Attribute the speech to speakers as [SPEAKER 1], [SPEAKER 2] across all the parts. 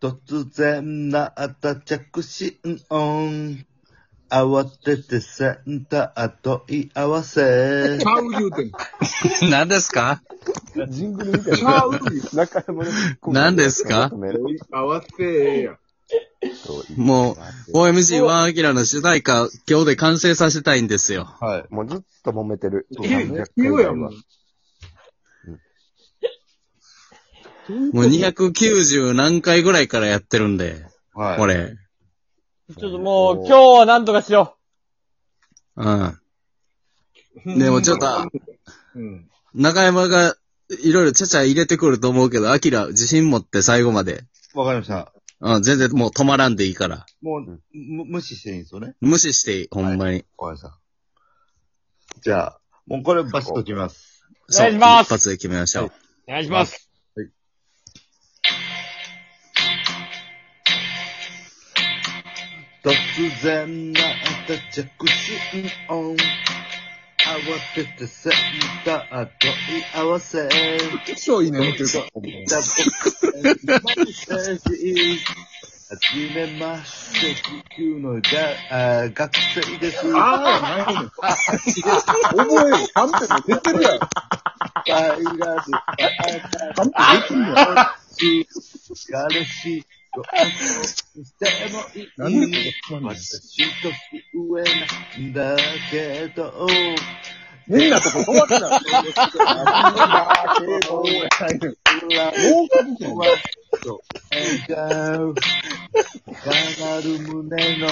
[SPEAKER 1] 突然なった着信音。慌ててセンター問い合わせ。
[SPEAKER 2] ちゃう言うてんの。
[SPEAKER 3] 何ですか
[SPEAKER 4] ジングルみたい
[SPEAKER 2] ちゃう
[SPEAKER 4] な。
[SPEAKER 2] 言うてん
[SPEAKER 4] 中山のツッコミ
[SPEAKER 3] 何ですか
[SPEAKER 4] 止める
[SPEAKER 2] の。合わせてええやん。
[SPEAKER 4] といい
[SPEAKER 3] もう OMG ワンアキラの主題歌、今日で完成させたいんですよ。
[SPEAKER 1] はい。
[SPEAKER 4] もうずっと揉めてる。
[SPEAKER 2] え
[SPEAKER 4] 300
[SPEAKER 2] え、言うやん。
[SPEAKER 4] ぐら
[SPEAKER 2] も
[SPEAKER 4] いうは
[SPEAKER 3] もう290何回ぐらいからやってるんで、
[SPEAKER 1] はい。
[SPEAKER 3] これ。
[SPEAKER 5] ちょっともう、今日はなんとかしよ
[SPEAKER 3] うん。でもちょっと、
[SPEAKER 2] うん。
[SPEAKER 3] 中山がいろいろちゃちゃ入れてくると思うけど、アキラ自信持って最後まで。
[SPEAKER 1] わかりました。
[SPEAKER 3] うん、全然もう止まらんでいいから。
[SPEAKER 1] もう、
[SPEAKER 4] ん
[SPEAKER 1] む無視していいんですよね。
[SPEAKER 3] 無視していい、ほんまに。
[SPEAKER 1] わかりました。じゃあ、もうこれバシッときます。
[SPEAKER 5] お願いします
[SPEAKER 3] そう一発で決めましょう。
[SPEAKER 5] う。お願いします。
[SPEAKER 1] 突然なった着信音。慌ててセンター問い合わせ。
[SPEAKER 2] 超いいね、思ってるか。
[SPEAKER 1] ダブルメッセージ。はじめまして、地球のがあー学生です。
[SPEAKER 2] ああ、ないねん。覚えよ。カンペも出てるやん。
[SPEAKER 1] バイラス、
[SPEAKER 2] カンペ出てるやん。
[SPEAKER 1] 彼氏と遊しても
[SPEAKER 2] なんで
[SPEAKER 1] いい。
[SPEAKER 2] ここ
[SPEAKER 1] 私と上なんだけど、
[SPEAKER 2] みんなとこ止まってない。あー敬語やないねん
[SPEAKER 1] 裏
[SPEAKER 2] もう一個
[SPEAKER 1] はと笑顔。がなる胸の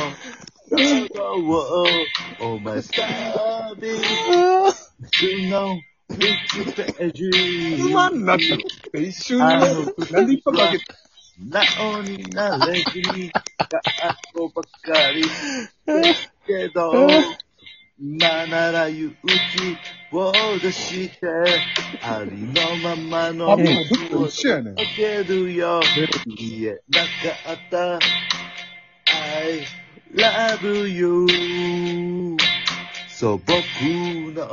[SPEAKER 1] 心をお前さび、君の1ページ。
[SPEAKER 2] 不満になったの。一瞬に、なんで一拍あげた
[SPEAKER 1] なおになれずに、学校ばっかり。けど、今なら勇気を出して、ありのままの
[SPEAKER 2] あ、もうずっと一緒やねん。
[SPEAKER 1] 受けるよ。言えなかった。I love you. 素朴の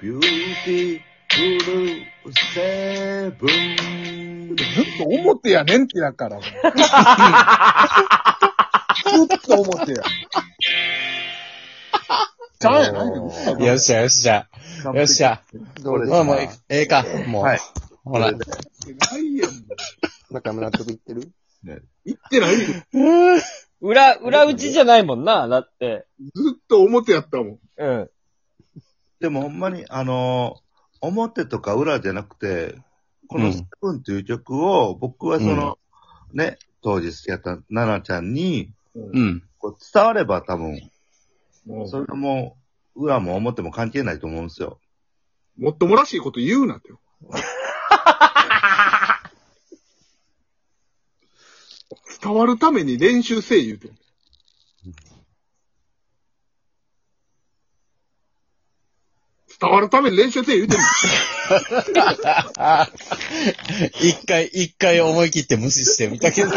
[SPEAKER 1] ビューティフルセブン。
[SPEAKER 2] ずっと表やねんってやから。 ずっと表や。ちゃうやないねん。
[SPEAKER 3] よっしゃ、よっしゃ。よっしゃ。
[SPEAKER 4] どうです
[SPEAKER 3] まあ
[SPEAKER 4] か
[SPEAKER 3] もう、ええか。もう。
[SPEAKER 1] はい
[SPEAKER 3] ほら。
[SPEAKER 2] ないやん。
[SPEAKER 4] 中山納得いってる
[SPEAKER 2] 言ってないよ。
[SPEAKER 5] 裏、裏打ちじゃないもんな、だって。
[SPEAKER 2] ずっと表やったもん。
[SPEAKER 5] うん。
[SPEAKER 1] でもほんまに、あのー表とか裏じゃなくて、こ
[SPEAKER 3] う
[SPEAKER 1] の
[SPEAKER 3] ん
[SPEAKER 1] スプーンという曲を、僕はその、ね、当時好きやった奈々ちゃんに、
[SPEAKER 3] うん。
[SPEAKER 1] こう伝われば多分、
[SPEAKER 2] も
[SPEAKER 1] それがもう、裏も表も関係ないと思うんですよ。
[SPEAKER 2] うもっともらしいこと言うなってよ。伝わるために練習せえ言うて。伝わるために練習せえ言うてんの。
[SPEAKER 3] 一回、一回思い切って無視してみたけど。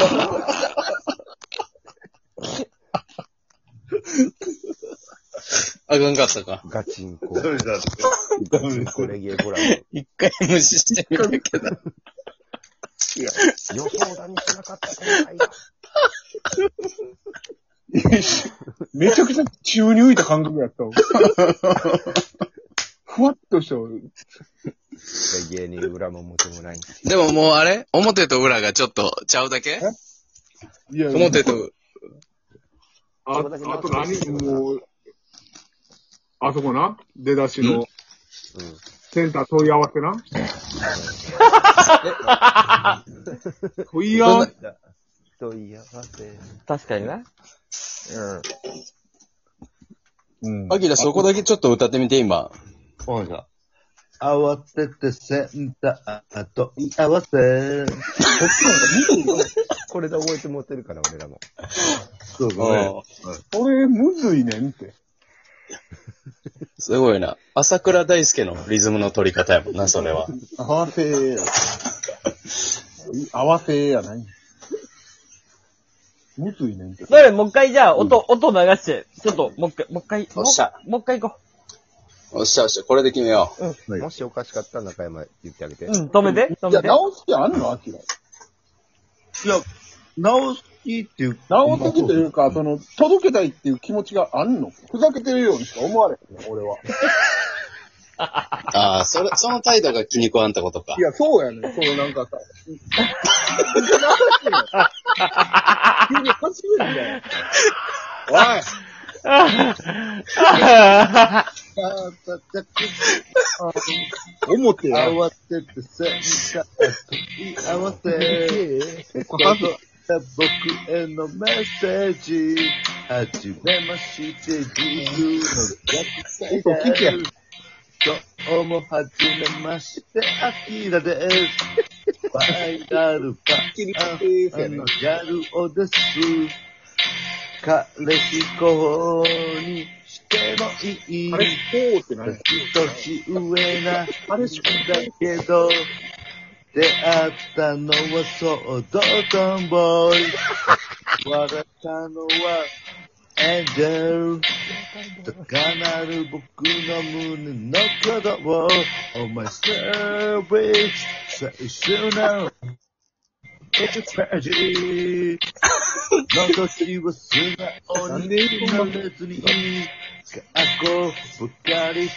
[SPEAKER 3] あかんかったか。
[SPEAKER 4] ガチンコ。
[SPEAKER 1] ダメだって。
[SPEAKER 4] ガチンコレゲエコラボ。
[SPEAKER 3] 一回無視してみたけど。
[SPEAKER 4] 予想だにしなかった今回は
[SPEAKER 2] めちゃくちゃ宙に浮いた感覚やったわ。ふわっとしたわ。
[SPEAKER 4] レゲエに裏も表もない。
[SPEAKER 3] でももうあれ表と裏がちょっとちゃうだけ
[SPEAKER 2] いや
[SPEAKER 3] 表と、
[SPEAKER 2] ああと何もう、あそこな、出だし
[SPEAKER 3] ん
[SPEAKER 2] の、
[SPEAKER 4] うん。
[SPEAKER 2] センター問い合わせ な。問い合わせ。
[SPEAKER 4] 問い合わせ。う
[SPEAKER 5] 確かにな。
[SPEAKER 4] ん。
[SPEAKER 2] うん
[SPEAKER 3] アキラそこだけちょっと歌ってみて今。
[SPEAKER 1] わかりました慌ててセンター問い合わせ。
[SPEAKER 4] これで覚えて持ってるから、俺らも。
[SPEAKER 1] そうですね。
[SPEAKER 3] うん
[SPEAKER 2] これ、むずいねんって。
[SPEAKER 3] すごいな。朝倉大輔のリズムの取り方やもんな、それは。
[SPEAKER 2] 合わせや。合わせやない。むずいねんって。
[SPEAKER 5] どれ、もう一回じゃあ、音、音流して、ちょっと、もう一回、もう一回、
[SPEAKER 3] おっしゃ
[SPEAKER 5] もう一回行こ
[SPEAKER 3] おっしゃおっしゃ、これで決めよう。
[SPEAKER 1] はい
[SPEAKER 4] もしおかしかったら中山言ってあげて。
[SPEAKER 5] う。うん、止めて、止
[SPEAKER 2] いや、
[SPEAKER 5] めて。
[SPEAKER 2] 直す気あんのアキラ。
[SPEAKER 1] いや、直す気っていう。
[SPEAKER 6] 直すというか、その、届けたいっていう気持ちがあんのふざけてるようにしか思われへんの、俺は。
[SPEAKER 7] ああ、そ れ、その態度が気に食わんってことか
[SPEAKER 6] い。や、そうやねん。そのなんかさ。急に走るんだよ。おいあ思って
[SPEAKER 1] 合
[SPEAKER 6] よ。
[SPEAKER 1] わせて戦車合わせ僕へのメッセージはじめまして自由の
[SPEAKER 6] 音聞け
[SPEAKER 1] 学生ですどうもはじめましてアキラですファイナルパあのギャルをです彼氏候補にしてもいい
[SPEAKER 6] あれ、こうって何
[SPEAKER 1] 年上な話だけど、出会ったのはそうドトンボーイ。笑ったのはエンジェル。高鳴る僕の胸の鼓動。お前セービス、青春のエクスページ。私は素直に今別に学校ぶっかりし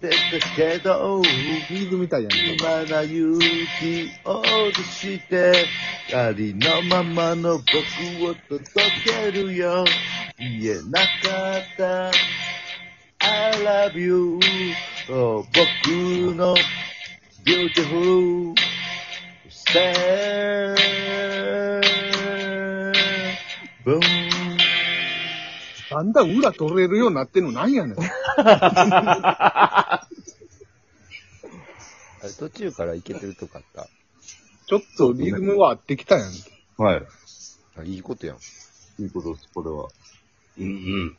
[SPEAKER 1] てたけど、
[SPEAKER 6] ビーズみたいやね
[SPEAKER 1] 今な勇気を出して、ありのままの僕を届けるよ。言えなかった。I love you. 僕の beautiful seven.
[SPEAKER 6] だんだん裏取れるようになってんのなんやねん。
[SPEAKER 4] あれ途中からいけてるとかあっ
[SPEAKER 6] ちょっとリズムは合ってきたやん。
[SPEAKER 1] はい。
[SPEAKER 4] た。あいいことやん。
[SPEAKER 1] いいことです、これは。
[SPEAKER 7] うんうん。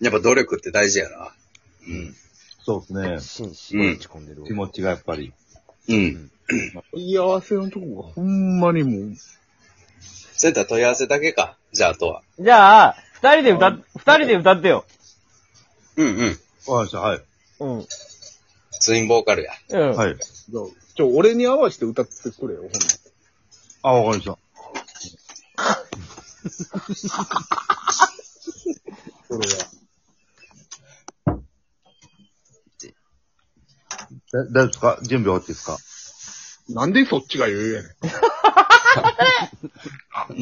[SPEAKER 7] やっぱ努力って大事やな。うん。
[SPEAKER 1] そうです
[SPEAKER 4] 心身打ち込んでる
[SPEAKER 1] ね。
[SPEAKER 4] わ。
[SPEAKER 1] 気持ちがやっぱり。
[SPEAKER 7] うん。
[SPEAKER 6] 問い合わせのとこがほんまにもう、
[SPEAKER 7] それやったら問い合わせだけか。じゃあ、あとは。
[SPEAKER 5] じゃあ、二人で歌っ、二人で歌ってよ。
[SPEAKER 7] うんうん。
[SPEAKER 1] わかりました、はい。
[SPEAKER 5] うん。
[SPEAKER 7] ツインボーカルや。
[SPEAKER 5] うん。
[SPEAKER 1] はい。
[SPEAKER 6] ちょ、俺に合わせて歌ってくれよ、ほんま。
[SPEAKER 1] あ、わかりました。
[SPEAKER 6] それは。
[SPEAKER 1] え、大丈夫ですか準備終わっていいですか
[SPEAKER 6] なんでそっちが言うやねん。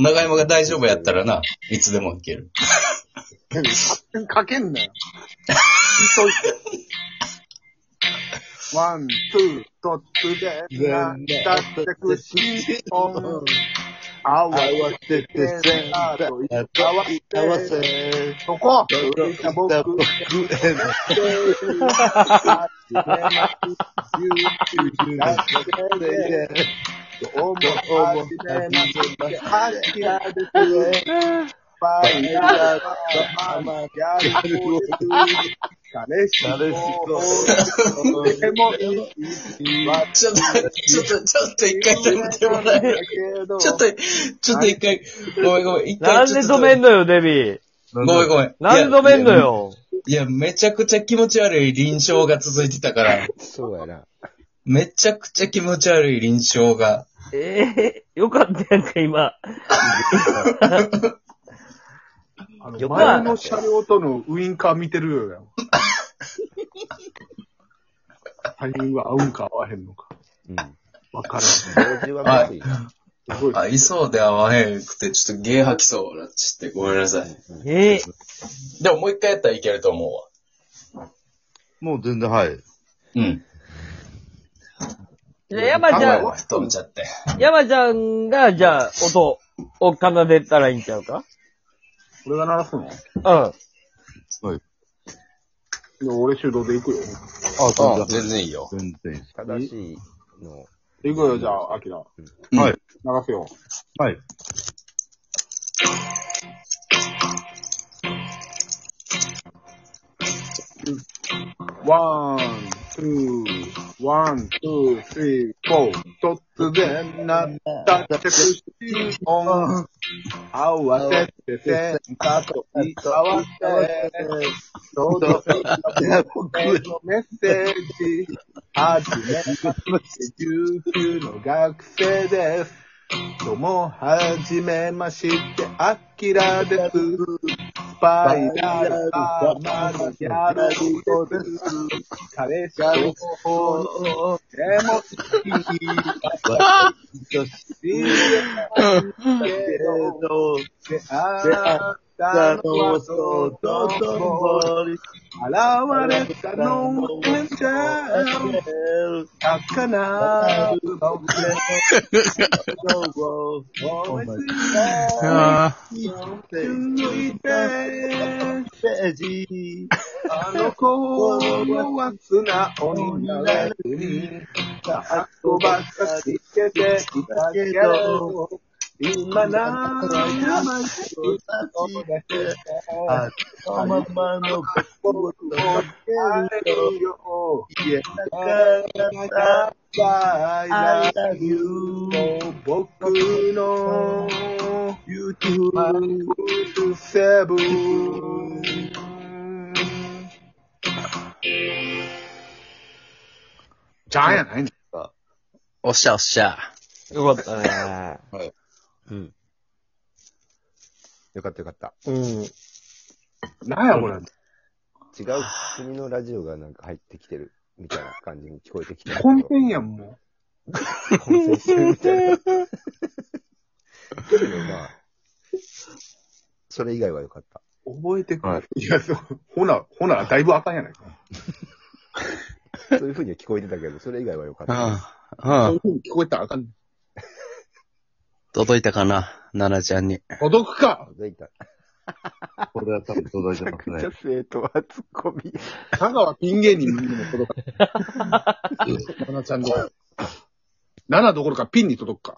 [SPEAKER 7] 長山が大丈夫やったらな、いつでもいける。
[SPEAKER 6] かけんなよ。急いで。ワン、ツー、突然、だってくし、オン。あ
[SPEAKER 1] 合
[SPEAKER 6] わ
[SPEAKER 1] わ
[SPEAKER 6] よ、
[SPEAKER 1] せてセンターと合わせ、合わせ、
[SPEAKER 6] そこ
[SPEAKER 1] 届いた僕への声で、
[SPEAKER 6] おも
[SPEAKER 1] どうも、は
[SPEAKER 6] は
[SPEAKER 1] じめ
[SPEAKER 6] じめ
[SPEAKER 1] ま
[SPEAKER 6] ま
[SPEAKER 1] して、
[SPEAKER 6] して、はじめまして、バイヤーとママやる彼氏
[SPEAKER 1] 誰し
[SPEAKER 6] と、
[SPEAKER 1] と、
[SPEAKER 6] でもいいわ
[SPEAKER 7] ちょっと、ちょっと、ちょっと一回止めてもらえる。ちょっと、ちょっと一回、ごめんごめん。一回
[SPEAKER 5] なんで
[SPEAKER 7] ちょ
[SPEAKER 5] 止
[SPEAKER 7] っと
[SPEAKER 5] めんのよ、デビー。
[SPEAKER 7] ごめんごめん。
[SPEAKER 5] なんで止めんのよ。
[SPEAKER 7] いや、いやめちゃくちゃ気持ち悪い臨床が続いてたから、
[SPEAKER 4] そうやな。
[SPEAKER 7] めちゃくちゃ気持ち悪い臨床が。
[SPEAKER 5] ええよかったやんか、今。
[SPEAKER 6] あ
[SPEAKER 5] よ
[SPEAKER 6] の
[SPEAKER 5] く
[SPEAKER 6] 前の車両とのウインカー見てるよや ん。タイミングが合うんか合わへんのか。
[SPEAKER 4] うん。
[SPEAKER 6] わからん。
[SPEAKER 4] 操縦はまずいな。
[SPEAKER 6] すごい。
[SPEAKER 7] 合いそうで合わへんくて、ちょっとゲー吐きそうになっちゃって、ごめんなさい。
[SPEAKER 5] ええ
[SPEAKER 7] でももう一回やったらいけると思うわ。
[SPEAKER 1] もう全然、はい。
[SPEAKER 7] うん。
[SPEAKER 5] じゃあ、山ちゃん、
[SPEAKER 7] 止めちゃって。
[SPEAKER 5] 山ちゃんが、じゃあ、音を奏でたらいいんちゃうか
[SPEAKER 6] 俺が鳴らすの
[SPEAKER 5] うん。
[SPEAKER 6] いや俺手動で行くよ。
[SPEAKER 1] あ、
[SPEAKER 7] あ
[SPEAKER 1] 全然、
[SPEAKER 7] 全然いいよ。
[SPEAKER 1] 全然いいです。
[SPEAKER 4] 正しいの。
[SPEAKER 6] 行くよ、じゃあ、アキラ。
[SPEAKER 7] うん
[SPEAKER 1] はい。
[SPEAKER 6] 流すよ。
[SPEAKER 1] はい。
[SPEAKER 6] ワン、ツー、ワン、ツー、スリー、フォー。突然なったってくし音。合わせてセンターと合わせて。届けた僕へのメッセージ。はじめまして19の学生です。どうも、はじめまして、アキラです。スパイラルパーマのギャルです。彼氏候補のでも好き。私、知らないけど、出会ったのはととと現れたのもめちゃ儚く僕らを思い
[SPEAKER 3] あ
[SPEAKER 6] 抜いて、あの子は素直になれずに、あこばっかつけていたけど、今ならましいことだけで、僕をあれるよ。だから、I love you 僕の YouTube セブン。
[SPEAKER 2] ちゃんやないね。
[SPEAKER 7] おっしゃおっしゃ。
[SPEAKER 5] よかったね。
[SPEAKER 4] よかったよかった。
[SPEAKER 5] うん。
[SPEAKER 2] なんやこれ。
[SPEAKER 4] 違う国のラジオがなんか入ってきてるみたいな感じに聞こえてきて。
[SPEAKER 2] コンテンやん、も
[SPEAKER 4] 混戦してるみたいな。けどまあ、それ以外はよかった。
[SPEAKER 2] う。覚えてく
[SPEAKER 6] は
[SPEAKER 2] る。いや、そうほな、ほな、だいぶあかんやないか。
[SPEAKER 4] そういう風には聞こえてたけど、それ以外はよかっ
[SPEAKER 3] あ、
[SPEAKER 4] た。
[SPEAKER 3] ああ、
[SPEAKER 2] そう
[SPEAKER 3] う
[SPEAKER 2] いう風
[SPEAKER 3] ん
[SPEAKER 2] に聞こえたらあかんね。
[SPEAKER 3] 届いたかな、奈々ちゃんに。
[SPEAKER 2] 届くか
[SPEAKER 4] 届いた。
[SPEAKER 1] これは多分届いてますね。
[SPEAKER 4] 生徒はツッコミ。
[SPEAKER 2] 香川ピン芸人にも届かない。ななちゃんの。7どころかピンに届くか。